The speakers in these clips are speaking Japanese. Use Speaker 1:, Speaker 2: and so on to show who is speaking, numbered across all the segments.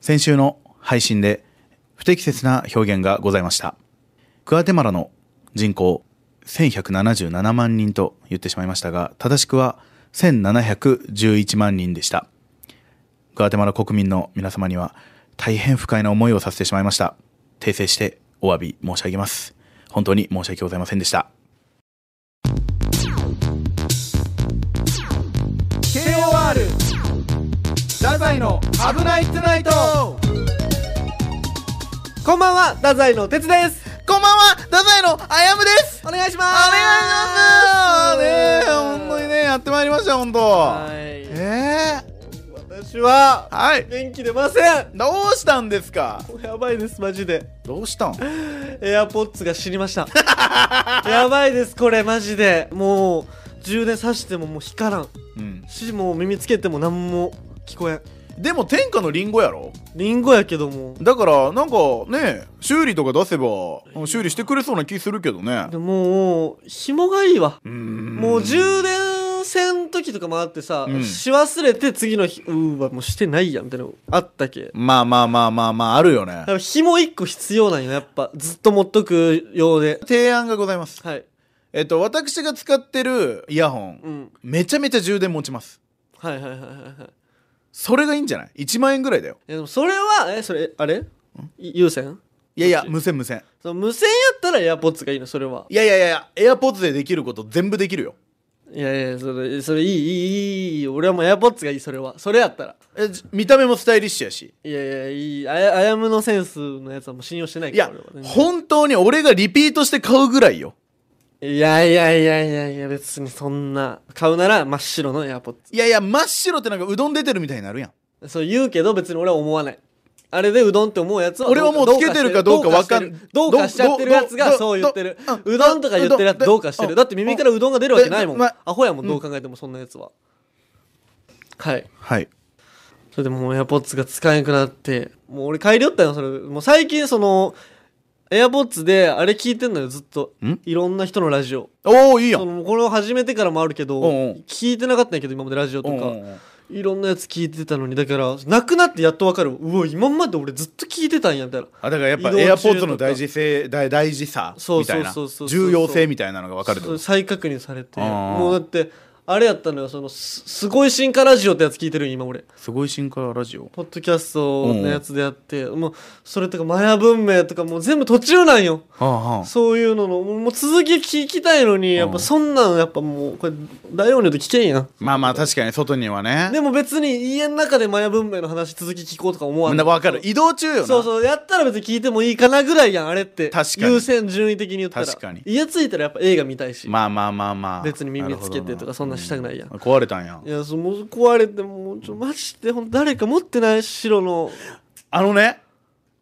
Speaker 1: 先週の配信で不適切な表現がございました。グアテマラの人口1177万人と言ってしまいましたが、正しくは1711万人でした。グアテマラ国民の皆様には大変不快な思いをさせてしまいました。訂正してお詫び申し上げます。本当に申し訳ございませんでした。
Speaker 2: KOR 太宰の危ないトゥナイトこんばんは太宰の哲です
Speaker 1: こんばんは、太宰のあやむです
Speaker 2: お願いしま
Speaker 1: あれあれあ
Speaker 2: す
Speaker 1: ね本当にね、やってまいりました、本当
Speaker 2: はい
Speaker 1: えー
Speaker 2: 私は
Speaker 1: はい。
Speaker 2: 元気出ません
Speaker 1: どうしたんですか
Speaker 2: もうやばいですマジで
Speaker 1: どうしたん
Speaker 2: エアポッツが死にました やばいですこれマジでもう充電さしてももう光らん
Speaker 1: うん。
Speaker 2: しもう耳つけても何も聞こえん
Speaker 1: でも天下のリンゴやろ
Speaker 2: リンゴやけども
Speaker 1: だから、なんかね、修理とか出せば、修理してくれそうな気するけどね
Speaker 2: で。もう紐がいいわ
Speaker 1: うーん
Speaker 2: もう充電線の時とかもあってさ、
Speaker 1: うん
Speaker 2: し忘れて次の日うーわもうしてないやんみたいなのあったけ
Speaker 1: まあまあまあまあまあ、あるよね
Speaker 2: だ。から紐一個必要なんよやっぱずっと持っとくようで
Speaker 1: 提案がございます。
Speaker 2: はい
Speaker 1: えっと、私が使ってるイヤホン、
Speaker 2: うん
Speaker 1: めちゃめちゃ充電持ちます。
Speaker 2: はいはいはいはいはい
Speaker 1: それがいいんじゃない ?1 万円ぐらいだよ。
Speaker 2: えでもそれはえそれあれい有線
Speaker 1: いやいや、無線無線。
Speaker 2: その無線やったらエアポッツがいいのそれはい
Speaker 1: やいやいや、エアポッ s でできること全部できるよ。
Speaker 2: いやいやそれそれいいいいいいいい俺はもうエアポッツがいいそれはそれやったら
Speaker 1: えじ見た目もスタイリッシュやし。
Speaker 2: いやいやいいあやあやむのセンスのやつはもう信用してない
Speaker 1: い
Speaker 2: か
Speaker 1: や
Speaker 2: ら俺は、全然
Speaker 1: 本当に俺がリピートして買うぐらいよ。
Speaker 2: いやいやいやいやいや別にそんな買うなら真っ白のエアポッ
Speaker 1: いやいや、真っ白ってなんかうどん出てるみたいになるやん。
Speaker 2: ツそう言うけど別に俺は思わないあれでうどんって思うやつは
Speaker 1: 俺はもうつけてるかどうかわかん
Speaker 2: どうかしてるどうかしちゃってるやつ
Speaker 1: ど
Speaker 2: が
Speaker 1: う
Speaker 2: そう言ってる
Speaker 1: どうどう
Speaker 2: うどんとか言ってるやつ
Speaker 1: どう
Speaker 2: どうかしてるだって耳からうどんが出るわけない
Speaker 1: う
Speaker 2: も
Speaker 1: ん
Speaker 2: ん
Speaker 1: ま
Speaker 2: アホやもんどう考えてもそんなやつははい
Speaker 1: はい。
Speaker 2: それでもうエアポッツが使えなくなってもう俺帰りよったよそれもう最近そのエアポッツであれ聞いてんのよずっと
Speaker 1: ん
Speaker 2: いろんな人のラジオ
Speaker 1: おおいいや
Speaker 2: そ
Speaker 1: ん。
Speaker 2: のこれを始めてからもあるけ
Speaker 1: お
Speaker 2: ど
Speaker 1: うおう
Speaker 2: 聞いてなかったんやけど今までラジオと
Speaker 1: うんう
Speaker 2: か
Speaker 1: んうん
Speaker 2: いろんなやつ聞いてたのにだからなくなってやっと分かるうわ今まで俺ずっと聞いてたんやみたいな
Speaker 1: あだからやっぱ
Speaker 2: 移動中
Speaker 1: エアポッドの大事性大大事さ
Speaker 2: そう
Speaker 1: み
Speaker 2: そ
Speaker 1: た
Speaker 2: う
Speaker 1: い
Speaker 2: そ
Speaker 1: な
Speaker 2: うそうそう
Speaker 1: 重要性みたいなのがわかるって
Speaker 2: そ
Speaker 1: こ
Speaker 2: う
Speaker 1: と
Speaker 2: 再確認されて
Speaker 1: あー
Speaker 2: もうだってあれやったのよそのすすごい進化ラジオってやつ聞いてるん今俺
Speaker 1: すごい進化ラジオ
Speaker 2: ポッドキャストのやつであってもうそれとかマヤ文明とかもう全部途中なんよ
Speaker 1: はあは
Speaker 2: そういうののもうもう続き聞きたいのにやっ
Speaker 1: うん
Speaker 2: ぱそんなのやっぱもうこれ大音量で聞けんやん
Speaker 1: まあまあ確かに外にはね
Speaker 2: でも別に家の中でマヤ文明の話続き聞こうとか思わ
Speaker 1: みん
Speaker 2: な
Speaker 1: ないわかる移動中よな
Speaker 2: そうそうやったら別に聞いてもいいかなぐらいやんあれって
Speaker 1: 確かに
Speaker 2: 優先順位的に言ったら
Speaker 1: 確かに
Speaker 2: 家着いたらやっぱ映画見たいし、
Speaker 1: まあまあまあまあ
Speaker 2: 別に耳つけてとかそんなしたくないやん
Speaker 1: るほどな壊れたんや
Speaker 2: いやそうもう壊れてもうちょマジでほんと誰か持ってない白の
Speaker 1: あのね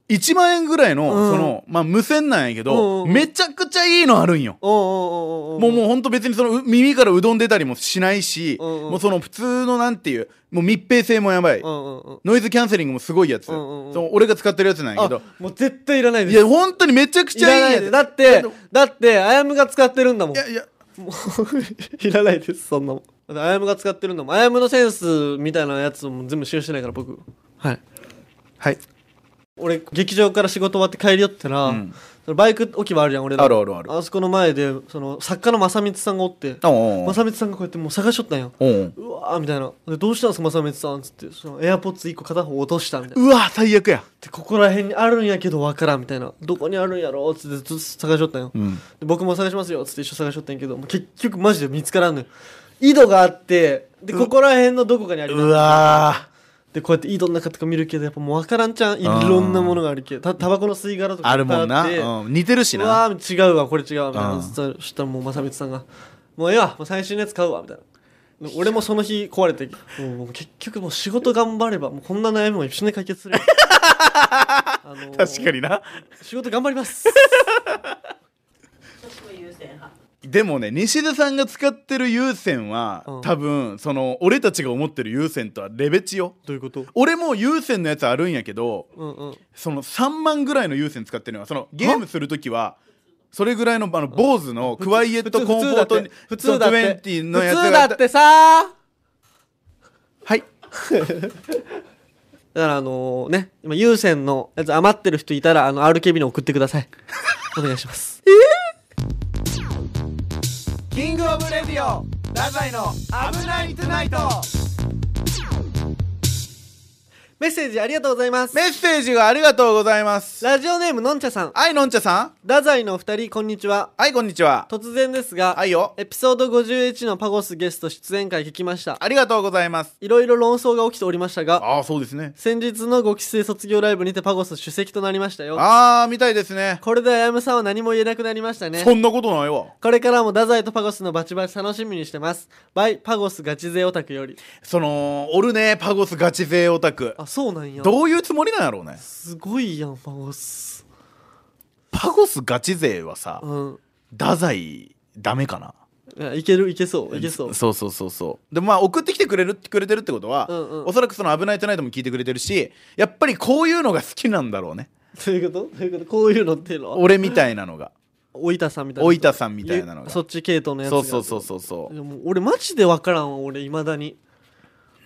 Speaker 1: 1万円ぐらいの
Speaker 2: うん
Speaker 1: そのまあ無線なんやけど
Speaker 2: うんうん
Speaker 1: めちゃくちゃいいのあるんよ
Speaker 2: おうおうおうお
Speaker 1: もう
Speaker 2: う
Speaker 1: もうほんと別にそのう耳からうどん出たりもしないし
Speaker 2: うんうん
Speaker 1: もうその普通のなんていうもう密閉性もやばい
Speaker 2: うんうんうん
Speaker 1: ノイズキャンセリングもすごいやつそ
Speaker 2: うんうんうん
Speaker 1: の俺が使ってるやつなんやけ
Speaker 2: あ
Speaker 1: ど
Speaker 2: もう絶対いらないで
Speaker 1: い
Speaker 2: す
Speaker 1: やほんとにめちゃくち
Speaker 2: い
Speaker 1: ゃい
Speaker 2: ら
Speaker 1: い
Speaker 2: ない
Speaker 1: やつ
Speaker 2: ですだってだってあやむが使ってるんだもん
Speaker 1: いやいや
Speaker 2: もう いらないですそんなもんだってあやむが使ってるんだもんあやむのセンスみたいなやつも全部使用してないから僕はい
Speaker 1: はい
Speaker 2: 俺劇場から仕事終わって帰り寄ったら、
Speaker 1: うん
Speaker 2: そのバイク置き場あるじゃん俺の
Speaker 1: あるあるある
Speaker 2: あそこの前でその作家の正光さんがおって
Speaker 1: おうおう
Speaker 2: 正光さんがこうやってもう探しとったんよ
Speaker 1: おうおう
Speaker 2: うわーみたいなでどうしたんすか正光さんっつってそのエアポッツ1個片方落としたみたいな
Speaker 1: うわ最悪や
Speaker 2: でここら辺にあるんやけどわからんみたいなどこにあるんやろっつってずっと探しとったんよ、
Speaker 1: うん
Speaker 2: で僕も探しますよっつって一緒探しとったんやけどもう結局マジで見つからんのよ井戸があってでここら辺のどこかにあります
Speaker 1: うわ
Speaker 2: でこうやって井戸の中とか見るけどやっぱもう分からんちゃんいろんなものがあるけどたタバコの吸い殻とか
Speaker 1: あるもん
Speaker 2: いっぱいあ
Speaker 1: な
Speaker 2: って
Speaker 1: うん似てるし
Speaker 2: う
Speaker 1: な
Speaker 2: わー違うわこれ違うわみたいな
Speaker 1: うん
Speaker 2: そしたらもう正光さんが「もうええわもう最新のやつ買うわ」みたいな俺もその日壊れてもうもう結局もう仕事頑張ればもうこんな悩みも一緒に解決するよ あのー
Speaker 1: 確かにな
Speaker 2: 仕事頑張ります
Speaker 1: でもね西出さんが使ってる優先は、
Speaker 2: うん
Speaker 1: 多分その俺たちが思ってる優先とはレベチよ
Speaker 2: どういうこと
Speaker 1: 俺も優先のやつあるんやけど
Speaker 2: うんうん
Speaker 1: その3万ぐらいの優先使ってるのはそのゲームする時はそれぐらいのあの坊主のクワイエットコンフォートに
Speaker 2: 普通だって
Speaker 1: 20
Speaker 2: 普
Speaker 1: のやつ
Speaker 2: 通
Speaker 1: が
Speaker 2: だってさ
Speaker 1: はい
Speaker 2: だからあのね今有線のやつ余ってる人いたらあの RKB に送ってく ださいお願いします
Speaker 3: キングオブレディオラザイの危ないトゥナイト
Speaker 2: メッセージありがとうございます
Speaker 1: メッセージがありがとうございます
Speaker 2: ラジオネームのんちゃさん
Speaker 1: はいのんちゃさん
Speaker 2: 太宰のお二人こんにちは
Speaker 1: はいこんにちは
Speaker 2: 突然ですが、
Speaker 1: はいよ
Speaker 2: エピソード51のパゴスゲスト出演会聞きました
Speaker 1: ありがとうございます
Speaker 2: いろいろ論争が起きておりましたが
Speaker 1: ああそうですね
Speaker 2: 先日のご期生卒業ライブにてパゴス主席となりましたよ
Speaker 1: ああみたいですね
Speaker 2: これであやむさんは何も言えなくなりましたね
Speaker 1: そんなことないわ
Speaker 2: これからも太宰とパゴスのバチバチ楽しみにしてますバイパゴスガチ勢オタクより
Speaker 1: そのおるねパゴスガチ勢オタク
Speaker 2: あそうなんや
Speaker 1: どういうつもりなんやろうね
Speaker 2: すごいやんパゴス
Speaker 1: パゴスガチ勢はさ
Speaker 2: うん
Speaker 1: 太宰ダメかない
Speaker 2: やいけるいけそういけそう
Speaker 1: そうそうそうそうでもまあ送ってきてくれるくれてるってことは、
Speaker 2: うんうん
Speaker 1: おそらくその「危ないトゥナイト」も聞いてくれてるしやっぱりこういうのが好きなんだろうね
Speaker 2: どういうことどういうことこういうのっていうのは
Speaker 1: 俺みたいなのが
Speaker 2: おいたさんみたいな
Speaker 1: おいたさんみたいなのが
Speaker 2: そっち系統のやつ
Speaker 1: そ
Speaker 2: が
Speaker 1: うそうそうそうそう
Speaker 2: いやもう俺マジで分からんわ俺いまだに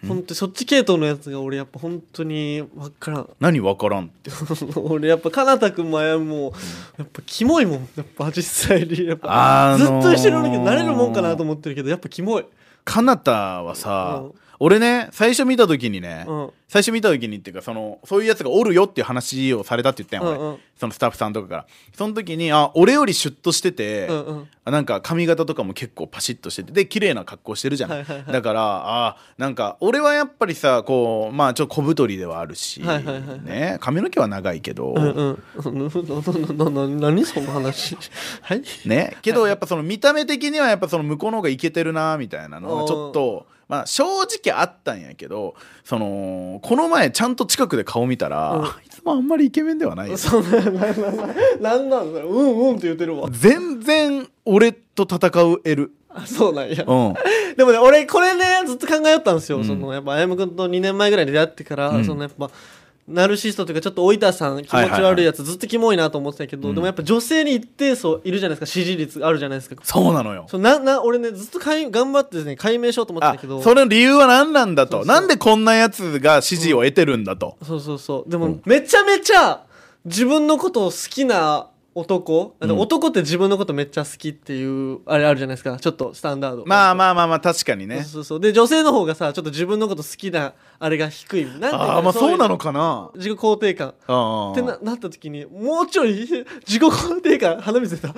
Speaker 2: ほんとそっち系統のやつが俺やっぱ本当に分からん
Speaker 1: 何わからんって
Speaker 2: 俺やっぱかなたくんもあやむもやっぱキモいもんやっぱ実際にやっぱ
Speaker 1: あ
Speaker 2: ずっ
Speaker 1: のー
Speaker 2: と一緒におるけど慣れるもんかなと思ってるけどやっぱキモい
Speaker 1: かなたはさ、
Speaker 2: うん
Speaker 1: 俺ね最初見た時にね、
Speaker 2: うん
Speaker 1: 最初見た時にっていうかそのそういうやつがおるよっていう話をされたって言ったやん俺、
Speaker 2: うんうん
Speaker 1: そのスタッフさんとかからその時にあ俺よりシュッとしてて、
Speaker 2: うんうん
Speaker 1: なんか髪型とかも結構パシッとしててで綺麗な格好してるじゃない,、
Speaker 2: はいはいはい
Speaker 1: だからあなんか俺はやっぱりさこうまあちょっと小太りではあるし、
Speaker 2: はいはいはいはい
Speaker 1: ね、髪の毛は長いけど、
Speaker 2: うんうんなななな何その話はい
Speaker 1: ね、けどやっぱその見た目的にはやっぱその向こうの方がイケてるなみたいなのがちょっと、まあ、正直あったんやけどそのこの前ちゃんと近くで顔見たら、
Speaker 2: うん
Speaker 1: あいつもあんまりイケメンではないよ
Speaker 2: そんなななななんなんそれうんうんって言ってるわ
Speaker 1: 全然俺と戦うエル、
Speaker 2: あそうなんや
Speaker 1: うん、
Speaker 2: でもね俺これねずっと考えよったんですよ、
Speaker 1: ん
Speaker 2: そのやっぱあやむくんと2年前ぐらいに出会ってから、
Speaker 1: うん
Speaker 2: そのやっぱナルシストというかちょっとおいたさん気持ち
Speaker 1: はいはいは
Speaker 2: 悪
Speaker 1: い
Speaker 2: いやつずっとキモいなと思ってたけど、
Speaker 1: うん
Speaker 2: でもやっぱ女性に一定層いるじゃないですか支持率あるじゃないですか
Speaker 1: そうなのよ
Speaker 2: そうなな俺ねずっとかい頑張ってね解明しようと思って
Speaker 1: あ
Speaker 2: たけど
Speaker 1: それの理由は何なんだと
Speaker 2: そうそう
Speaker 1: なんでこんなやつが支持を得てるんだと、
Speaker 2: そうそうそうでも、めちゃめちゃ自分のことを好きな男、
Speaker 1: うん
Speaker 2: 男って自分のことめっちゃ好きっていうあれあるじゃないですかちょっとスタンダード
Speaker 1: まあまあまあまあ確かにね
Speaker 2: そうそうそうで女性の方がさちょっと自分のこと好きなあれが低いなんていうか
Speaker 1: ああまあそうなのか
Speaker 2: か
Speaker 1: な
Speaker 2: 自己肯定感
Speaker 1: あ
Speaker 2: って
Speaker 1: あ
Speaker 2: ななった時にもうちょい自己肯定感鼻 水出た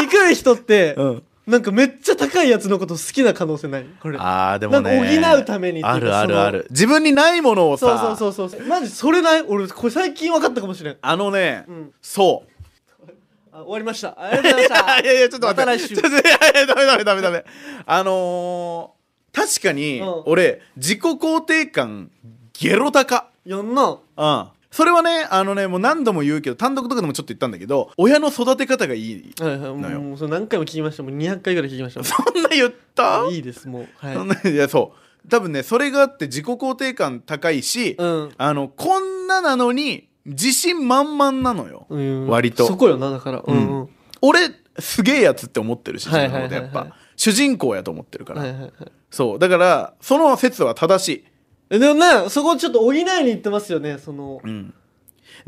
Speaker 2: 低い人って、
Speaker 1: うん
Speaker 2: なんかめっちゃ高いやつのこと好きな可能性ないこれ
Speaker 1: あーでもね
Speaker 2: なんか補うためにっていうか
Speaker 1: あるあ
Speaker 2: そ
Speaker 1: る
Speaker 2: の
Speaker 1: ある自分にないものを
Speaker 2: そ
Speaker 1: さ
Speaker 2: うそうそうそうマジそれない俺これ最近分かったかもしれん
Speaker 1: あのね、
Speaker 2: ん
Speaker 1: そう
Speaker 2: あ終わりましたありがとうございました
Speaker 1: いやいやちょっと待って
Speaker 2: また来週
Speaker 1: ちょっといやいやダメダメダメダメあのー確かに
Speaker 2: うん
Speaker 1: 俺自己肯定感ゲロ高
Speaker 2: やんな
Speaker 1: うんそれはねあのねもう何度も言うけど単独とかでもちょっと言ったんだけど親の育て方がいい
Speaker 2: はいはい
Speaker 1: なよ
Speaker 2: もうそれ何回も聞きましたもう200回ぐらい聞きました
Speaker 1: そんな言った
Speaker 2: もういいですもうはい、うん、
Speaker 1: いやそう多分ねそれがあって自己肯定感高いし、
Speaker 2: うん
Speaker 1: あのこんななのに自信満々なのよ、割と
Speaker 2: そこよなだからうんうん、
Speaker 1: 俺すげえやつって思ってるし
Speaker 2: は
Speaker 1: 自
Speaker 2: い
Speaker 1: 分
Speaker 2: はい
Speaker 1: の
Speaker 2: は
Speaker 1: こと
Speaker 2: いはい
Speaker 1: やっぱ、主人公やと思ってるから、
Speaker 2: はいはいはい
Speaker 1: そうだからその説は正しい、
Speaker 2: えでもねそこちょっと補いに行ってますよねその、
Speaker 1: うん、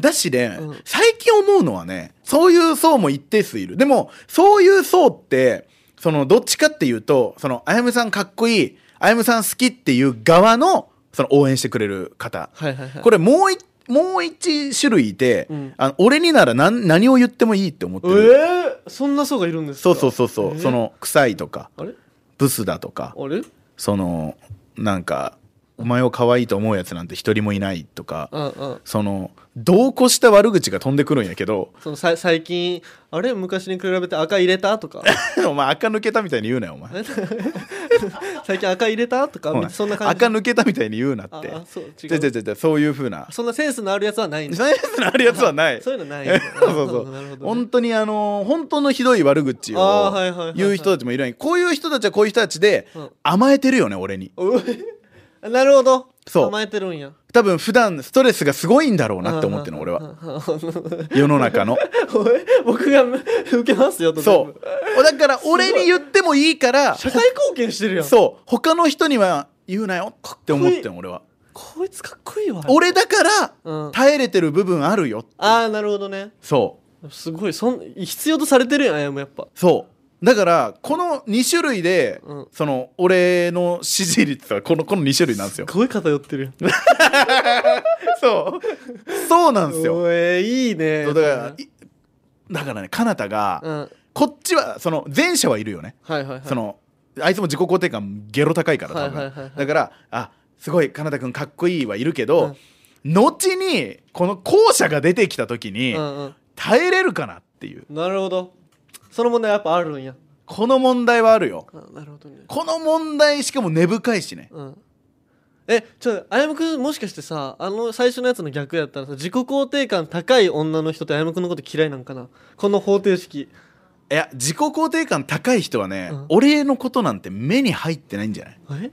Speaker 1: だしね、
Speaker 2: うん
Speaker 1: 最近思うのはねそういう層も一定数いるでもそういう層ってそのどっちかっていうとそのあやむさんかっこいいあやむさん好きっていう側のその応援してくれる方
Speaker 2: はいはいはい
Speaker 1: これもういもう一種類いて、
Speaker 2: うん
Speaker 1: あの俺になら何何を言ってもいいって思って
Speaker 2: え
Speaker 1: る、
Speaker 2: ー、そんな層がいるんですか
Speaker 1: そうそうそうそう、
Speaker 2: えー
Speaker 1: その臭いとか
Speaker 2: あれ
Speaker 1: ブスだとか
Speaker 2: あれ
Speaker 1: そのなんかお前を可愛いと思うやつなんて一人もいないとか、
Speaker 2: うんうん
Speaker 1: その同行した悪口が飛んでくるんやけど
Speaker 2: そのさ最近あれ昔に比べて赤入れたと か
Speaker 1: お前垢抜けたみたいに言うなよお前
Speaker 2: 最近赤入れたと
Speaker 1: お
Speaker 2: か
Speaker 1: 前
Speaker 2: そんな感じ
Speaker 1: 垢抜けたみたいに言うなっ
Speaker 2: あ
Speaker 1: て
Speaker 2: あそう違
Speaker 1: 違う
Speaker 2: う
Speaker 1: 違う違うそういうふうな
Speaker 2: そんなセンスのあるやつはないんだ
Speaker 1: そういうやつのあるやつはない
Speaker 2: そういうのない
Speaker 1: そうそうそう
Speaker 2: なるほどなるほどね
Speaker 1: 本当にあのー本当のひどい悪口
Speaker 2: あー
Speaker 1: を
Speaker 2: はいはいはいはい
Speaker 1: 言う人たちもいるのにこういう人たちはこういう人たちで
Speaker 2: うん
Speaker 1: 甘えてるよね俺に
Speaker 2: うえ なるほど
Speaker 1: そう
Speaker 2: 甘えてるんや
Speaker 1: 多分普段ストレスがすごいんだろうなって思ってるの俺は
Speaker 2: は
Speaker 1: 世の中の
Speaker 2: 僕が受けますよと
Speaker 1: そうだから俺に言ってもいいから
Speaker 2: 社会貢献してるやん
Speaker 1: そう他の人には言うなよって思ってん俺は
Speaker 2: こいつかっこいいわ
Speaker 1: 俺だから、
Speaker 2: うん
Speaker 1: 耐えれてる部分あるよ
Speaker 2: ああなるほどね
Speaker 1: そう
Speaker 2: すごいそん必要とされてるやんあやむやっぱ
Speaker 1: そうだからこの2種類で、
Speaker 2: うん
Speaker 1: その俺の支持率はこのこの2種類なんですよ
Speaker 2: すごい偏ってるやん
Speaker 1: そうそうなんですよ
Speaker 2: おえいいね
Speaker 1: そうだからいだからねかなたが、
Speaker 2: うんはい
Speaker 1: こっちはその前者はいるよね、
Speaker 2: はいはい
Speaker 1: そのあいつも自己肯定感ゲロ高いから多分、
Speaker 2: はいはいはいはい
Speaker 1: だからあすごいかなたくんかっこいいはいるけ
Speaker 2: う
Speaker 1: ど
Speaker 2: ん、
Speaker 1: 後にこの後者が出てきた時に、
Speaker 2: うんうん
Speaker 1: 耐えれるかなっていう
Speaker 2: なるほどその問題やっぱあるんや
Speaker 1: この問題はあるよ
Speaker 2: あなるほどね
Speaker 1: この問題しかも根深いしね
Speaker 2: うんえちょあやむくんもしかしてさあの最初のやつの逆やったらさ自己肯定感高い女の人ってあやむくんのこと嫌いなんかなこの方程式
Speaker 1: いや自己肯定感高い人はね、
Speaker 2: うん
Speaker 1: 俺のことなんて目に入ってないんじゃない、
Speaker 2: え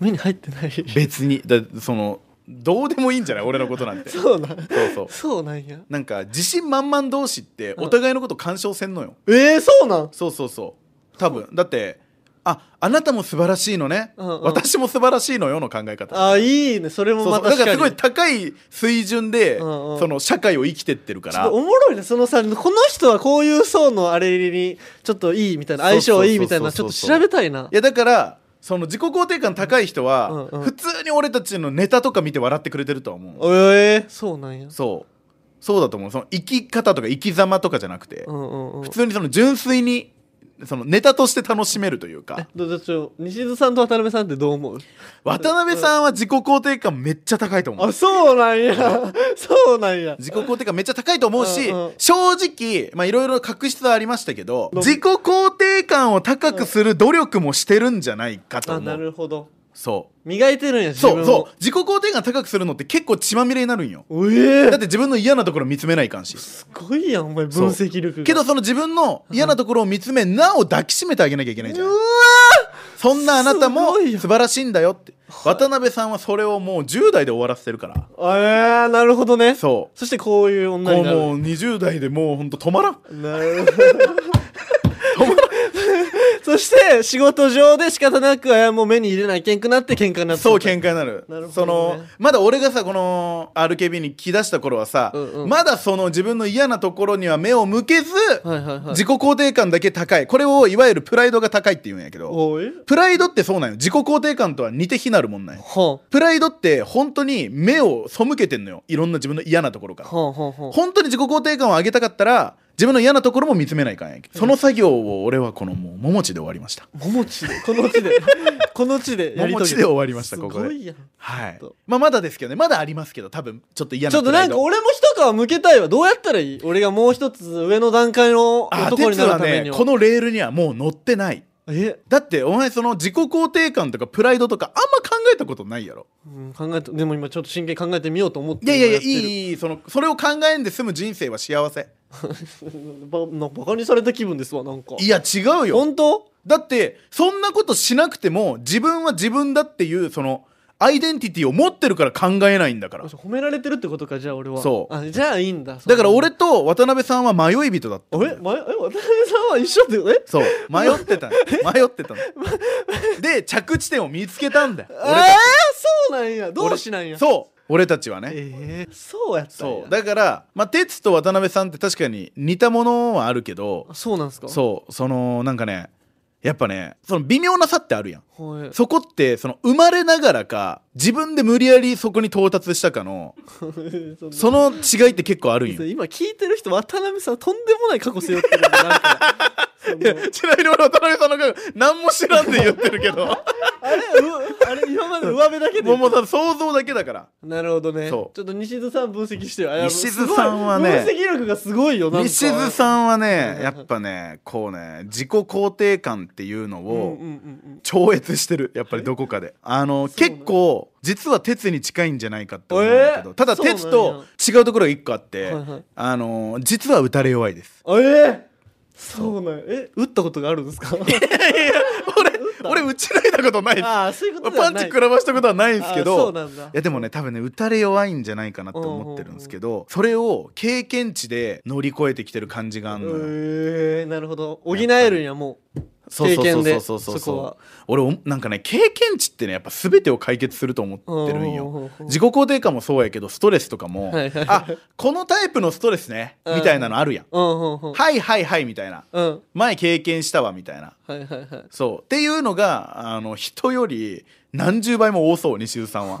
Speaker 2: 目に入ってない
Speaker 1: 別にだそのどうでもいいんじゃない俺のことなんてそう
Speaker 2: そうなん
Speaker 1: そう
Speaker 2: そうなんや
Speaker 1: なんか自信満々同士ってお互いのこと干渉せんのよ、
Speaker 2: えー、そうなん
Speaker 1: そうそうそう多分だってああなたも素晴らしいのね、
Speaker 2: うんうん
Speaker 1: 私も素晴らしいのよの考え方
Speaker 2: あいいねそれ
Speaker 1: そう
Speaker 2: も
Speaker 1: そう
Speaker 2: ま
Speaker 1: だ
Speaker 2: た
Speaker 1: から
Speaker 2: 確
Speaker 1: すご
Speaker 2: か
Speaker 1: い
Speaker 2: に
Speaker 1: 高い水準で、
Speaker 2: うんうん
Speaker 1: その社会を生きてってるか
Speaker 2: ちょっと
Speaker 1: ら
Speaker 2: おもろいねそのさこの人はこういう層のあれにちょっといいみたいな
Speaker 1: そう
Speaker 2: 相
Speaker 1: そうそう
Speaker 2: 性いいみたいなちょっと調べたいない
Speaker 1: やだからその自己肯定感高い人は、
Speaker 2: うんうん
Speaker 1: 普通に俺たちのネタとか見て笑ってくれてるとは思う、
Speaker 2: えー、そうなんや
Speaker 1: そうそうだと思うその生き方とか生き様とかじゃなくて、
Speaker 2: うんうんうん
Speaker 1: 普通にその純粋にそのネタとして楽しめるというか
Speaker 2: どどちょ西津さんと渡辺さんってどう思う
Speaker 1: 渡辺さんは自己肯定感めっちゃ高いと思う
Speaker 2: あそうなんやそうなんや
Speaker 1: 自己肯定感めっちゃ高いと思うし、
Speaker 2: うんうん
Speaker 1: 正直まあいろいろ確執はありましたけど
Speaker 2: うん
Speaker 1: 自己肯定感を高くする努力もしてるんじゃないかと
Speaker 2: あ
Speaker 1: 思
Speaker 2: な
Speaker 1: う
Speaker 2: るほど
Speaker 1: そ
Speaker 2: 磨いてるんや
Speaker 1: う
Speaker 2: 自分
Speaker 1: そ
Speaker 2: を
Speaker 1: うそう自己肯定感高くするのって結構血まみれになるんよ
Speaker 2: うええ
Speaker 1: だって自分の嫌なところ見つめないかんし
Speaker 2: すごいやんお前分析力が
Speaker 1: けどその自分の嫌なところを見つめなお抱きしめてあげなきゃいけないじゃん
Speaker 2: うわ
Speaker 1: そんなあなた
Speaker 2: す
Speaker 1: も
Speaker 2: ごい
Speaker 1: 素
Speaker 2: よ
Speaker 1: 晴らしいんだよって渡辺さんはそれをもう10代で終わらせてるから
Speaker 2: あーなるほどね
Speaker 1: そう
Speaker 2: そしてこういう女
Speaker 1: こ
Speaker 2: に
Speaker 1: う
Speaker 2: なる
Speaker 1: もう20代でもうほんと止まらん
Speaker 2: なるほどそして仕事上で仕方なくあやもう目に入れないけんくなって喧嘩になって
Speaker 1: そう喧嘩になる
Speaker 2: なるほどね
Speaker 1: そのまだ俺がさこの RKB に来だした頃はさ、
Speaker 2: うんうん
Speaker 1: まだその自分の嫌なところには目を向けず、
Speaker 2: はいはいはい
Speaker 1: 自己肯定感だけ高いこれをいわゆるプライドが高いって言うんやけど
Speaker 2: おい
Speaker 1: プライドってそうなんよ自己肯定感とは似て非なるもんなんよ
Speaker 2: ほん
Speaker 1: プライドって本当に目を背けてんのよいろんな自分の嫌なところから
Speaker 2: ほんほんほん
Speaker 1: 本当に自己肯定感を上げたかったら自分の嫌なところも見つめないかんやけどその作業を俺はこのもう桃地で終わりました
Speaker 2: 桃地でこの地でこの地でやり遂げ
Speaker 1: 桃地で終わりましたここです
Speaker 2: ごいやん
Speaker 1: はい
Speaker 2: ちょっと
Speaker 1: まあまだですけどねまだありますけど多分ちょっと嫌な
Speaker 2: ちょっとなんか俺も一皮むけたいわどうやったらいい俺がもう一つ上の段階の
Speaker 1: あ
Speaker 2: 男に
Speaker 1: 鉄
Speaker 2: なる
Speaker 1: は
Speaker 2: ため
Speaker 1: ね
Speaker 2: には
Speaker 1: このレールにはもう乗ってない
Speaker 2: え、
Speaker 1: だってお前その自己肯定感とかプライドとかあんま考えたことないやろ
Speaker 2: うん、考えてでも今ちょっと真剣に考えてみようと思って
Speaker 1: いやいやいやい
Speaker 2: 今や
Speaker 1: いいいそのそれを考えんで済む人生は幸せ
Speaker 2: ってるばなんかバカにされた気分ですわなんか
Speaker 1: いや違うよ
Speaker 2: 本当
Speaker 1: だってそんなことしなくても自分は自分だっていうそのアイデンティティを持ってるから考えないんだから
Speaker 2: 褒められてるってことかじゃあ俺は
Speaker 1: そう
Speaker 2: あじゃあいいんだ
Speaker 1: だから俺と渡辺さんは迷い人だった
Speaker 2: え
Speaker 1: んだ
Speaker 2: 前え
Speaker 1: よ
Speaker 2: 渡辺さんは一緒ってえ
Speaker 1: そう迷ってたの迷って たので着地点を見つけたんだよ
Speaker 2: え
Speaker 1: 俺
Speaker 2: ー
Speaker 1: たち、
Speaker 2: そうなんや同志なんやう
Speaker 1: そう俺たちはね
Speaker 2: えー、そうやったんや
Speaker 1: そうだからまあ哲と渡辺さんって確かに似たものはあるけど
Speaker 2: あそうなんすか
Speaker 1: そうそのなんかねやっぱねその微妙な差ってあるやん
Speaker 2: うはい
Speaker 1: そこってその生まれながらか自分で無理やりそこに到達したかの
Speaker 2: そんな
Speaker 1: その違いって結構あるんよ
Speaker 2: 今聞いてる人渡辺さんとんでもない過去背負ってるん だなんかその
Speaker 1: い やちなみに俺渡辺さんの顔何も知らんで言ってるけど
Speaker 2: あれうあれ今まで上辺だけで
Speaker 1: もうもうただ想像だけだから
Speaker 2: なるほどねちょ
Speaker 1: そう
Speaker 2: っと西津さん分析してよあいや
Speaker 1: 西津さんはね
Speaker 2: すごい分析力がすごいよなんか
Speaker 1: 西津さんはねやっぱねこうね自己肯定感っていうの
Speaker 2: うんうん
Speaker 1: を
Speaker 2: うん
Speaker 1: 超越してるやっぱりどこかであの
Speaker 2: そうなん
Speaker 1: 結構実は鉄に近いんじゃないかって思うんだけど、
Speaker 2: えー
Speaker 1: ただ
Speaker 2: そうなんや
Speaker 1: 鉄と違うところが一個あって、
Speaker 2: はいはい
Speaker 1: あの実は打たれ弱いです
Speaker 2: うんええそうなんやえ打ったこと があるんですか
Speaker 1: 俺打ち抜いたことないです
Speaker 2: ああそういうことで
Speaker 1: パ
Speaker 2: は
Speaker 1: ン
Speaker 2: ない
Speaker 1: チ食らわしたことはないんですけ
Speaker 2: あそ
Speaker 1: ど
Speaker 2: うなんだ
Speaker 1: いやでもね多分ね打たれ弱いんじゃないかなって思ってるんですけどそれを経験値で乗り越えてきてる感じがあるのよ
Speaker 2: えー、なるほど補えるんやもう
Speaker 1: そうそうそう
Speaker 2: 経験で
Speaker 1: そうそうそう
Speaker 2: そこは
Speaker 1: 俺おなんかね経験値ってねやっぱ全てを解決すると思ってるん
Speaker 2: うんうん
Speaker 1: よ
Speaker 2: うんうん
Speaker 1: 自己肯定感もそうやけどストレスとかも、
Speaker 2: はいはい
Speaker 1: あこのタイプのストレスね
Speaker 2: うん
Speaker 1: みたいなのあるやん、
Speaker 2: うんうんうん
Speaker 1: はいはいはいみたいな
Speaker 2: うん
Speaker 1: 前経験したわみたいな
Speaker 2: はい はいはい
Speaker 1: そうっていうのがあの人より何十倍も多そう西津さんは
Speaker 2: い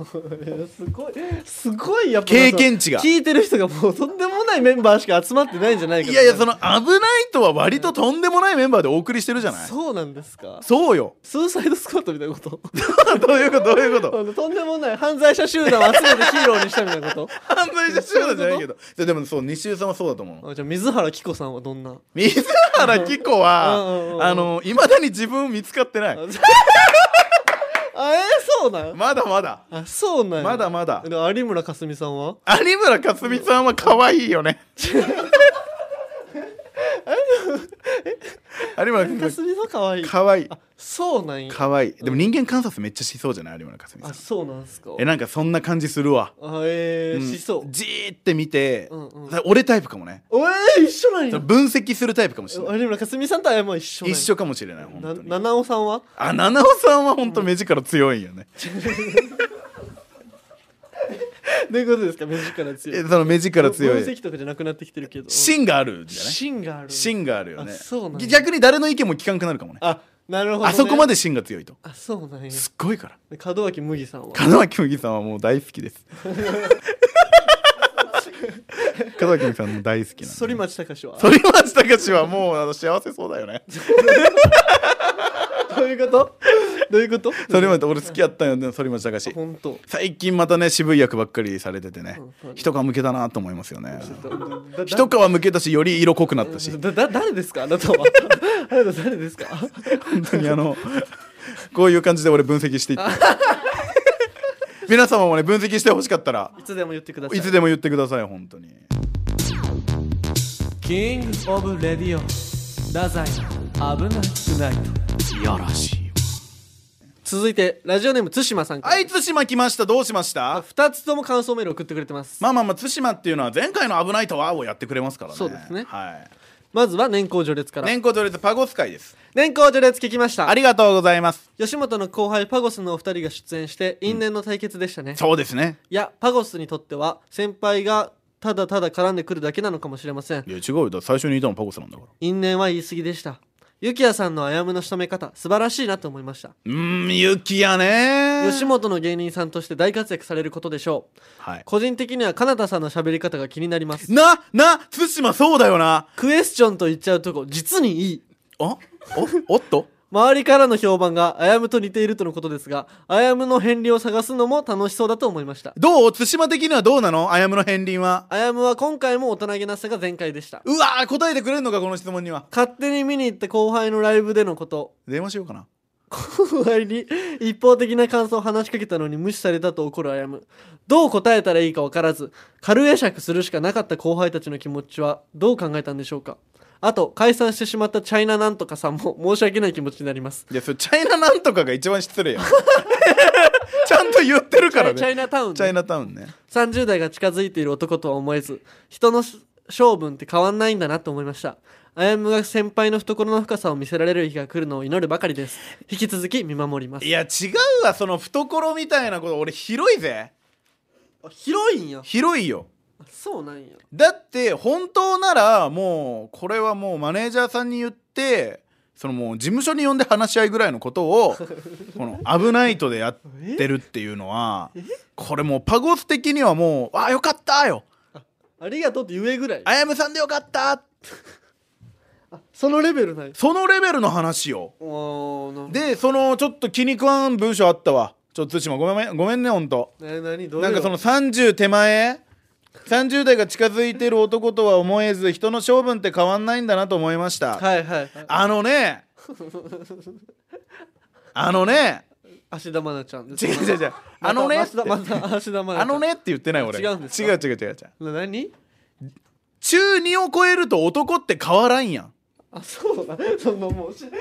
Speaker 2: やすごいすごいやっぱ
Speaker 1: 経験値が
Speaker 2: 聞いてる人がもうとんでもないメンバーしか集まってないん じゃないか
Speaker 1: いやいやそ
Speaker 2: の
Speaker 1: の「危ない」とは割ととんでもないメンバーでお送りしてるじゃない
Speaker 2: そうなんですか
Speaker 1: そうよ
Speaker 2: スーサイドスクワットみたいなこと
Speaker 1: どういう ことどういうこと
Speaker 2: あのとんでもない犯罪者集団を集めてヒーローにしたみたいなこと
Speaker 1: 犯罪者集団じゃないけどででもそう西尾さんはそうだと思うの
Speaker 2: あじゃあ水原希子さんはどんな
Speaker 1: 水原希子
Speaker 2: うんうんうんう
Speaker 1: は
Speaker 2: ん
Speaker 1: あのいまだに自分見つかってない
Speaker 2: あえー、そうなん
Speaker 1: まだまだ
Speaker 2: あそうなんや
Speaker 1: まだまだ
Speaker 2: でも有村架純さんは
Speaker 1: 有村架純さんは可愛いよ ね有村
Speaker 2: 架
Speaker 1: 架純
Speaker 2: 純は可愛い
Speaker 1: 可愛い
Speaker 2: あそうなんや
Speaker 1: 可愛いでも人間観察めっちゃしそうじゃない有村架純さ
Speaker 2: あ
Speaker 1: ん
Speaker 2: そうなんすか
Speaker 1: えなんかそんな感じするわ
Speaker 2: あえ
Speaker 1: う
Speaker 2: ー
Speaker 1: ん
Speaker 2: しそう
Speaker 1: じーって見て、
Speaker 2: うんうん
Speaker 1: 俺タイプかもね
Speaker 2: おえー、一緒なんや
Speaker 1: 分析するタイプかもしれない
Speaker 2: 有村架純さんとはもう一緒なん
Speaker 1: 一
Speaker 2: や
Speaker 1: 緒かもしれない本当
Speaker 2: な
Speaker 1: に
Speaker 2: 七尾さんは
Speaker 1: あ七尾さんは本当目力強いんよね、
Speaker 2: どういうことですか目力強
Speaker 1: え
Speaker 2: い
Speaker 1: その目力強
Speaker 2: 分
Speaker 1: い
Speaker 2: 析とかじゃなくなってきてるけど
Speaker 1: 芯があるんじゃない
Speaker 2: 芯がある
Speaker 1: 芯があるよね
Speaker 2: あそうなんだ
Speaker 1: 逆に誰の意見も聞かんくなるかもね
Speaker 2: あなるほど、ね、
Speaker 1: あそこまで芯が強いと
Speaker 2: あそうなんや
Speaker 1: すっごいから
Speaker 2: 門脇麦さんは
Speaker 1: 門脇麦さんはもう大好きです 門脇麦さんも大好きなんで
Speaker 2: 反町隆史は
Speaker 1: 反町隆史はもうあの幸せそうだよね
Speaker 2: どういうことどういうこと
Speaker 1: 反町俺好きやったんよね反町隆史
Speaker 2: 本当
Speaker 1: 最近またね渋い役ばっかりされててね
Speaker 2: うんうん
Speaker 1: 一皮むけたなと思いますよね
Speaker 2: だ
Speaker 1: 一皮むけたしより色濃くなったし
Speaker 2: だだ誰ですかあな たはあなた誰ですか
Speaker 1: 本当にあのこういう感じで俺分析して いって皆様もね分析してほしかったら
Speaker 2: いつでも言ってください
Speaker 1: いつでも言ってください本当に
Speaker 2: キングオブレディオダザイ危なくない
Speaker 1: いやらしい
Speaker 2: 続いてラジオネーム対馬さんから
Speaker 1: はい対馬来ましたどうしました
Speaker 2: 2つとも感想メール送ってくれてます
Speaker 1: まあまあまあ対馬っていうのは前回の「危ないとは」をやってくれますからね
Speaker 2: そうですね
Speaker 1: はい
Speaker 2: まずは年功序列から、
Speaker 1: 年功序列パゴス会です
Speaker 2: 年功序列聞きました
Speaker 1: ありがとうございます
Speaker 2: 吉本の後輩パゴスのお二人が出演して因縁の対決でしたね、い
Speaker 1: そうですね
Speaker 2: やパゴスにとっては先輩がただただ絡んでくるだけなのかもしれません
Speaker 1: いや違うよだって最初にいたのパゴスなんだから
Speaker 2: 因縁は言い過ぎでしたゆきやさんの歩むの仕留め方素晴らしいなと思いました
Speaker 1: うーん雪やね
Speaker 2: 吉本の芸人さんとして大活躍されることでしょう
Speaker 1: はい
Speaker 2: 個人的にはカナダさんの喋り方が気になります
Speaker 1: なな対馬そうだよな
Speaker 2: クエスチョンと言っちゃうとこ実にいい
Speaker 1: あおおっと
Speaker 2: 周りからの評判がアヤムと似ているとのことですがアヤムの片りを探すのも楽しそうだと思いました
Speaker 1: どう対馬的にはどうなのあやむの片鱗は
Speaker 2: アヤムは今回も大人げなさが全開でした
Speaker 1: うわー答えてくれるのかこの質問には
Speaker 2: 勝手に見に行った後輩のライブでのこと
Speaker 1: 電話しようかな
Speaker 2: 後輩に一方的な感想を話しかけたのに無視されたと怒るアヤムどう答えたらいいか分からず軽会釈するしかなかった後輩たちの気持ちはどう考えたんでしょうかあと解散してしまったチャイナなんとかさんも申し訳ない気持ちになります
Speaker 1: いやそれチャイナなんとかが一番失礼 やんちゃんと言ってる
Speaker 2: チ
Speaker 1: から
Speaker 2: ャイ
Speaker 1: ね
Speaker 2: チャイナタウン、ね、
Speaker 1: チャイナタウンね
Speaker 2: 30代が近づいている男とは思えず人のし性分って変わんないんだなと思いましたあやむが先輩の懐の深さを見せられる日が来るのを祈るばかりです引き続き見守ります
Speaker 1: いや違うわその懐みたいなこと俺広いぜ
Speaker 2: 広いんや
Speaker 1: 広いよ
Speaker 2: そうなんや
Speaker 1: だって本当ならもうこれはもうマネージャーさんに言ってそのもう事務所に呼んで話し合いぐらいのこと をこの「危ないと」でやってるっていうのはこれもうパゴス的にはもう「あよかった」よ
Speaker 2: ありがとうって言えぐらい
Speaker 1: 「あやむさんでよかった」
Speaker 2: そのレベルない
Speaker 1: そのレベルの話よ
Speaker 2: おーな
Speaker 1: でそのちょっと気に食わん文章あったわちょっと対馬ごめんごめんねほんと
Speaker 2: え何どう
Speaker 1: なんかその30手前30代が近づいてる男とは思えず人の性分って変わんないんだなと思いました、
Speaker 2: はいはいはい
Speaker 1: あの ねあのね
Speaker 2: 芦田愛菜ちゃんです
Speaker 1: 違う違う違うあのね
Speaker 2: ま
Speaker 1: って
Speaker 2: たまたま た芦田愛菜ちゃん
Speaker 1: あのねって言ってない俺
Speaker 2: 違うんですか
Speaker 1: 違う違う違う違う
Speaker 2: な何
Speaker 1: 中2を超えると男って変わらんやん
Speaker 2: あそうだそのもうし知らな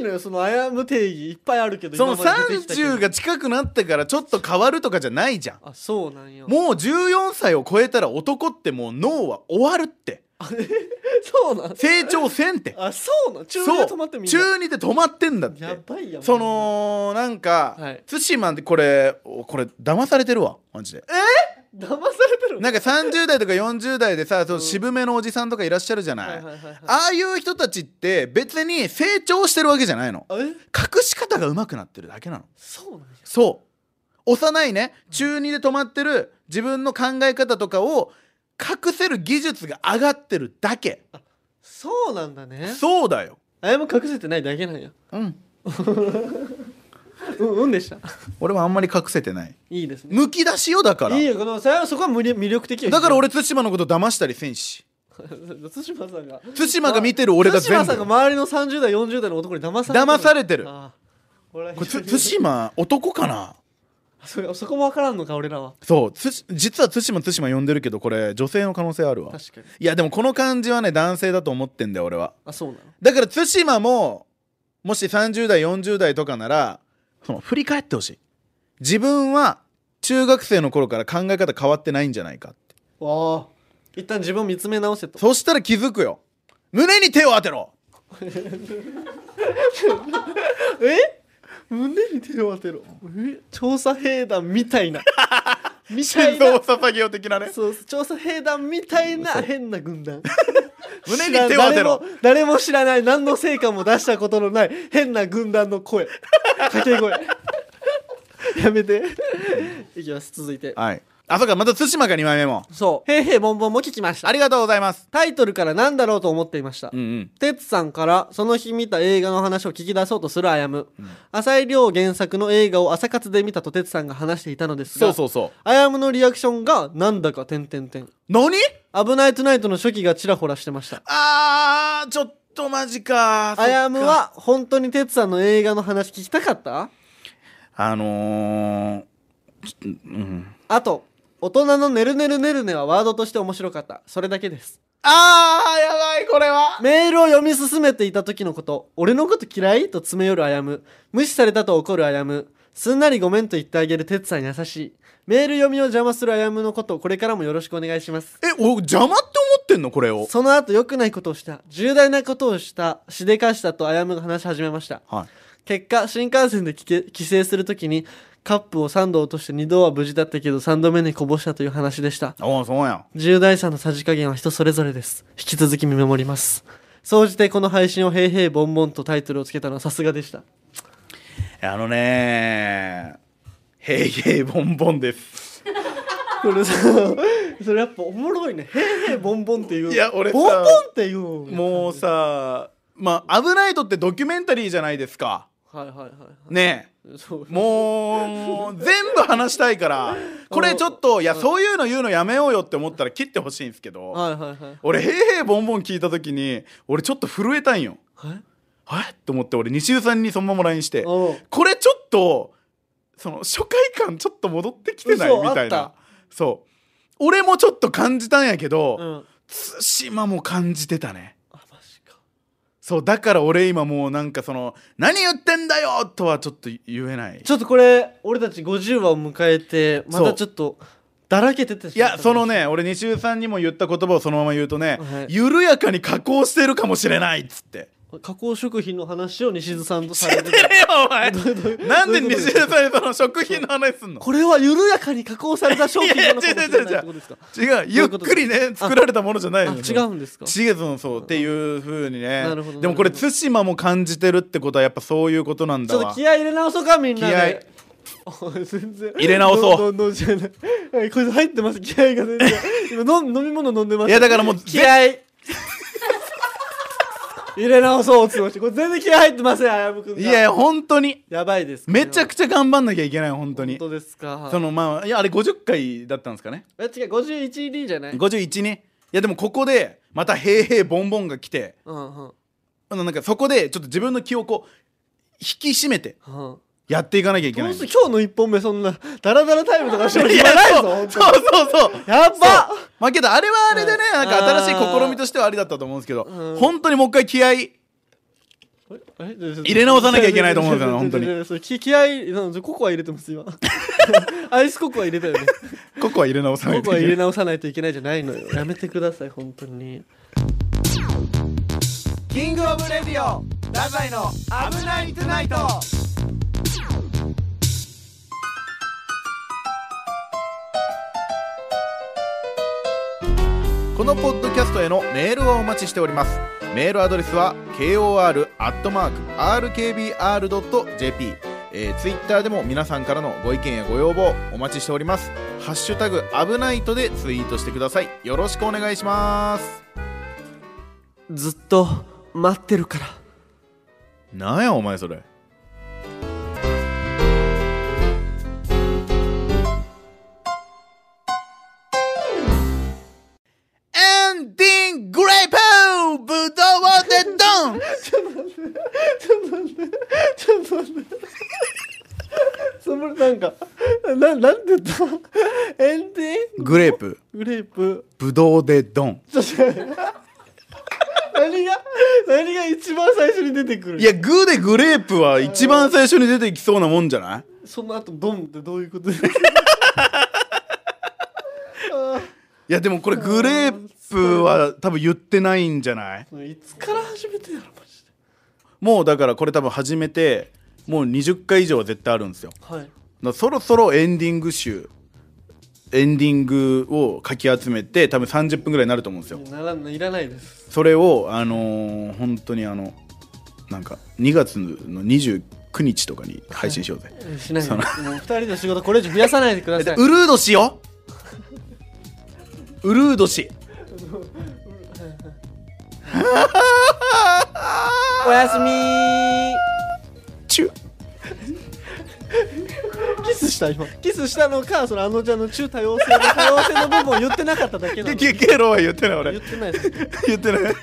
Speaker 2: いのよそのあやむ定義いっぱいあるけど
Speaker 1: その
Speaker 2: 今まで出てきたけど
Speaker 1: 30が近くなってからちょっと変わるとかじゃないじゃん
Speaker 2: あそうなんや
Speaker 1: もう14歳を超えたら男ってもう脳は終わるって
Speaker 2: そうなん
Speaker 1: 成長せんって
Speaker 2: あそうなん中
Speaker 1: そう
Speaker 2: で止まってみんな
Speaker 1: 中2で止まってんだって
Speaker 2: やばいやん
Speaker 1: そのなんか
Speaker 2: はい
Speaker 1: 対馬ってこれおこれ騙されてるわマジで
Speaker 2: 騙されてる
Speaker 1: なんか30代とか40代でさその
Speaker 2: うん
Speaker 1: 渋めのおじさんとかいらっしゃるじゃない,、
Speaker 2: はいはいはいはい
Speaker 1: ああいう人たちって別に成長してるわけじゃないの
Speaker 2: え
Speaker 1: 隠し方が上手くなってるだけなの
Speaker 2: そうなんや
Speaker 1: そう幼いね中2で止まってる自分の考え方とかを隠せる技術が上がってるだけ
Speaker 2: そうなんだね
Speaker 1: そうだよ
Speaker 2: あやも隠せてないだけなんや
Speaker 1: うん
Speaker 2: うんうんでした
Speaker 1: 俺はあんまり隠せてない
Speaker 2: いいですね
Speaker 1: むき出しよだから
Speaker 2: いいよこのそれはそこは無理魅力的よ
Speaker 1: だから俺対馬のこと騙したりせんし
Speaker 2: 津島さんが
Speaker 1: 対馬が見てる俺が
Speaker 2: 対馬
Speaker 1: 全
Speaker 2: さ
Speaker 1: 部
Speaker 2: んが周りの30代40代の男に騙されてる
Speaker 1: 騙されてる
Speaker 2: あー俺は
Speaker 1: これつ
Speaker 2: 非常
Speaker 1: 対
Speaker 2: に
Speaker 1: 馬男かな
Speaker 2: そそこも分からんのか俺らは
Speaker 1: そうつ実は対馬対馬呼んでるけどこれ女性の可能性あるわ
Speaker 2: 確かに
Speaker 1: いやでもこの感じはね男性だと思ってんだよ俺は
Speaker 2: あそうなの
Speaker 1: だから対馬ももし30代40代とかならその振り返ってほしい自分は中学生の頃から考え方変わってないんじゃないかって
Speaker 2: わあ一旦自分を見つめ直せと
Speaker 1: そしたら気づくよ胸に手を当てろ
Speaker 2: え胸に手を当てろえ調査兵団みた いなみたい
Speaker 1: 心
Speaker 2: な
Speaker 1: 臓を捧げよう的なね
Speaker 2: そう調査兵団みたいな変な軍団
Speaker 1: 胸に手を当てろ
Speaker 2: 知らん誰も誰も知らない何の成果も出したことのない変な軍団の 声掛け声やめていきます続いて
Speaker 1: はいあそうかまた対馬か2枚目も
Speaker 2: そう「へいへいぼんぼん」も聞きました
Speaker 1: ありがとうございます
Speaker 2: タイトルから何だろうと思っていました
Speaker 1: うんうん
Speaker 2: てつさんからその日見た映画の話を聞き出そうとするあやむ、浅井亮原作の映画を朝活で見たとてつさんが話していたのです
Speaker 1: そ
Speaker 2: が
Speaker 1: うそうそう
Speaker 2: あやむのリアクションがなんだか点点点
Speaker 1: 何
Speaker 2: 危ないトゥナイトの初期がちらほらしてました
Speaker 1: あーちょっとマジか
Speaker 2: あやむは本当にてつさんの映画の話聞きたかった
Speaker 1: あのー、うん
Speaker 2: あと大人のねるねるねるねはワードとして面白かったそれだけです
Speaker 1: あーやばいこれは
Speaker 2: メールを読み進めていた時のこと俺のこと嫌いと詰め寄るあやむ無視されたと怒るあやむすんなりごめんと言ってあげるてつさん優しいメール読みを邪魔するあやむのことこれからもよろしくお願いします
Speaker 1: えお邪魔って思ってんのこれを
Speaker 2: その後良くないことをした重大なことをしたしでかしたとあやむが話し始めました
Speaker 1: はい
Speaker 2: 結果新幹線で帰け帰省するときにカップを3度落として2度は無事だったけど3度目にこぼしたという話でした
Speaker 1: おおそうやん
Speaker 2: 重大さのさじ加減は人それぞれです引き続き見守ります総じてこの配信を「へいへいボンボン」とタイトルをつけたのはさすがでした
Speaker 1: あのねーヘイヘイボンボンです
Speaker 2: これさ それやっぱおもろいね「へいへいボンボン」っていう
Speaker 1: い
Speaker 2: い
Speaker 1: や俺さ
Speaker 2: ボンボンっていうも
Speaker 1: もうさまあ「危ないと」ってドキュメンタリーじゃないですか
Speaker 2: はいはいはいは
Speaker 1: ねえ
Speaker 2: いそう
Speaker 1: もうもう全部話したいからこれちょっといやそういうの言うのやめようよって思ったら切ってほしいんですけど
Speaker 2: はいはいはい
Speaker 1: 俺「へいへいボンボン」聞いた時に俺ちょっと震えたんよ
Speaker 2: はい
Speaker 1: えっと思って俺西尾さんにそのまま LINE して
Speaker 2: おう
Speaker 1: これちょっとその初回感ちょっと戻ってきてない
Speaker 2: 嘘
Speaker 1: みたい
Speaker 2: あっ
Speaker 1: なそう俺もちょっと感じたんやけ
Speaker 2: う
Speaker 1: ど
Speaker 2: ん
Speaker 1: 対馬も感じてたね
Speaker 2: あマジか
Speaker 1: そうだから俺今もうなんかその「何言ってんだよ!」とはちょっと言えない
Speaker 2: ちょっとこれ俺たち50話を迎えてま
Speaker 1: そ
Speaker 2: た
Speaker 1: う
Speaker 2: ちょっとだらけててし
Speaker 1: い
Speaker 2: まった
Speaker 1: やそのね俺西尾さんにも言った言葉をそのまま言うとね、
Speaker 2: はい
Speaker 1: 緩やかに加工してるかもしれないっつって。
Speaker 2: 加工食品の話を西津さんとさ
Speaker 1: 知
Speaker 2: れ
Speaker 1: ってて
Speaker 2: て
Speaker 1: るよお前なんで
Speaker 2: どういうこと
Speaker 1: 西尾さんにその食品の話すんの
Speaker 2: これは緩やかに加工された商品なのかもしれないってことですか
Speaker 1: 違う
Speaker 2: い
Speaker 1: ゆっ
Speaker 2: うこと
Speaker 1: くりね作られたものじゃない
Speaker 2: あ
Speaker 1: のよ
Speaker 2: 違うんですか
Speaker 1: 違うそうそうっていうふうにね
Speaker 2: なるほど
Speaker 1: でもこれ
Speaker 2: なる
Speaker 1: 対馬も感じてるってことはやっぱそういうことなん
Speaker 2: ち
Speaker 1: だ
Speaker 2: ょっ
Speaker 1: わ
Speaker 2: と気合い入れ直そうかみんなでおい全然
Speaker 1: 入れ直そう
Speaker 2: どんどんどんじゃないはいこれ入ってます気合いが全然今の飲み物飲んでます
Speaker 1: いやだからもう
Speaker 2: 気合い入れ直そうっつってましたこれ全然気合い入ってませんあやむくんが
Speaker 1: いやいや本当に
Speaker 2: やばいです
Speaker 1: めちゃ
Speaker 2: ち
Speaker 1: くちゃ頑張んなきゃいけない本
Speaker 2: ゃ
Speaker 1: 当に
Speaker 2: 本当ですか
Speaker 1: そのまあいやあれ50回だったんですかね
Speaker 2: え違う 51D じゃない
Speaker 1: 51ねいやでもここでまた「へいへいボンボン」が来て
Speaker 2: うんうん
Speaker 1: あのなんかそこでちょっと自分の気をこう引き締めて
Speaker 2: うん
Speaker 1: やっていかなきゃいけ
Speaker 2: ど
Speaker 1: な
Speaker 2: う
Speaker 1: い
Speaker 2: する今日の1本目そんなダラダラタイムとかしてる
Speaker 1: い
Speaker 2: 暇
Speaker 1: や
Speaker 2: ないぞ
Speaker 1: そう
Speaker 2: 本
Speaker 1: そうそうそう
Speaker 2: 当やっば
Speaker 1: そうまあけどあれはあれでね、
Speaker 2: うん
Speaker 1: なんか新し
Speaker 2: あ
Speaker 1: い
Speaker 2: ー
Speaker 1: 試みとしてはありだったと思うんですけど、
Speaker 2: うん
Speaker 1: 本当にもう一回気合い
Speaker 2: 入
Speaker 1: 入れ直さなきゃいけないと思 うんですよね本当に
Speaker 2: に気合いなんでココア入れてます今アイスココア入れたよね
Speaker 1: コココア入れ直さない
Speaker 2: 僕
Speaker 1: と
Speaker 2: は入れ
Speaker 1: い
Speaker 2: 直さないといけないじゃないのよやめてください本当に
Speaker 3: キングオブレディオ太宰の危ないトゥナイト
Speaker 1: このポッドキャストへのメールはお待ちしておりますメールアドレスは kor.rkbr.jp えー、ツイッターでも皆さんからのご意見やご要望お待ちしておりますハッシュタグ危ないとでツイートしてくださいよろしくお願いします
Speaker 2: ずっと待ってるから
Speaker 1: なんやお前それエンディンググレープブドウでドン
Speaker 2: ちょっと待って そのなんかななんて言ったエンディン
Speaker 1: グレープ
Speaker 2: グレープ
Speaker 1: ブドウでドン
Speaker 2: ちょっと待って何が何が一番最初に出てくる
Speaker 1: いやグーでグレープは一番最初に出てきそうなもんじゃない
Speaker 2: その後ドンってどういうことですあ
Speaker 1: いやでもこれグレープは多分言ってないんじゃない
Speaker 2: ーいつから始めてんやろマジで
Speaker 1: もうだからこれ多分始めてもう20回以上は絶対あるんですよだか
Speaker 2: はい
Speaker 1: らそろそろエンディング集エンディングをかき集めて多分30分ぐらいになると思うんですよ
Speaker 2: ならないらないです
Speaker 1: それをあのー本当にあのなんか2月の29日とかに配信しようぜ、
Speaker 2: しないでもう2人の仕事これ以上増やさないでください
Speaker 1: ウルード氏よ ウルード氏
Speaker 2: おやすみー
Speaker 1: チュ
Speaker 2: キスした今キスしたのかそのあのちゃんの中多様性の多様性の部分を言ってなかっただけなの
Speaker 1: ゲゲロは言ってない俺
Speaker 2: 言ってないです
Speaker 1: 言ってない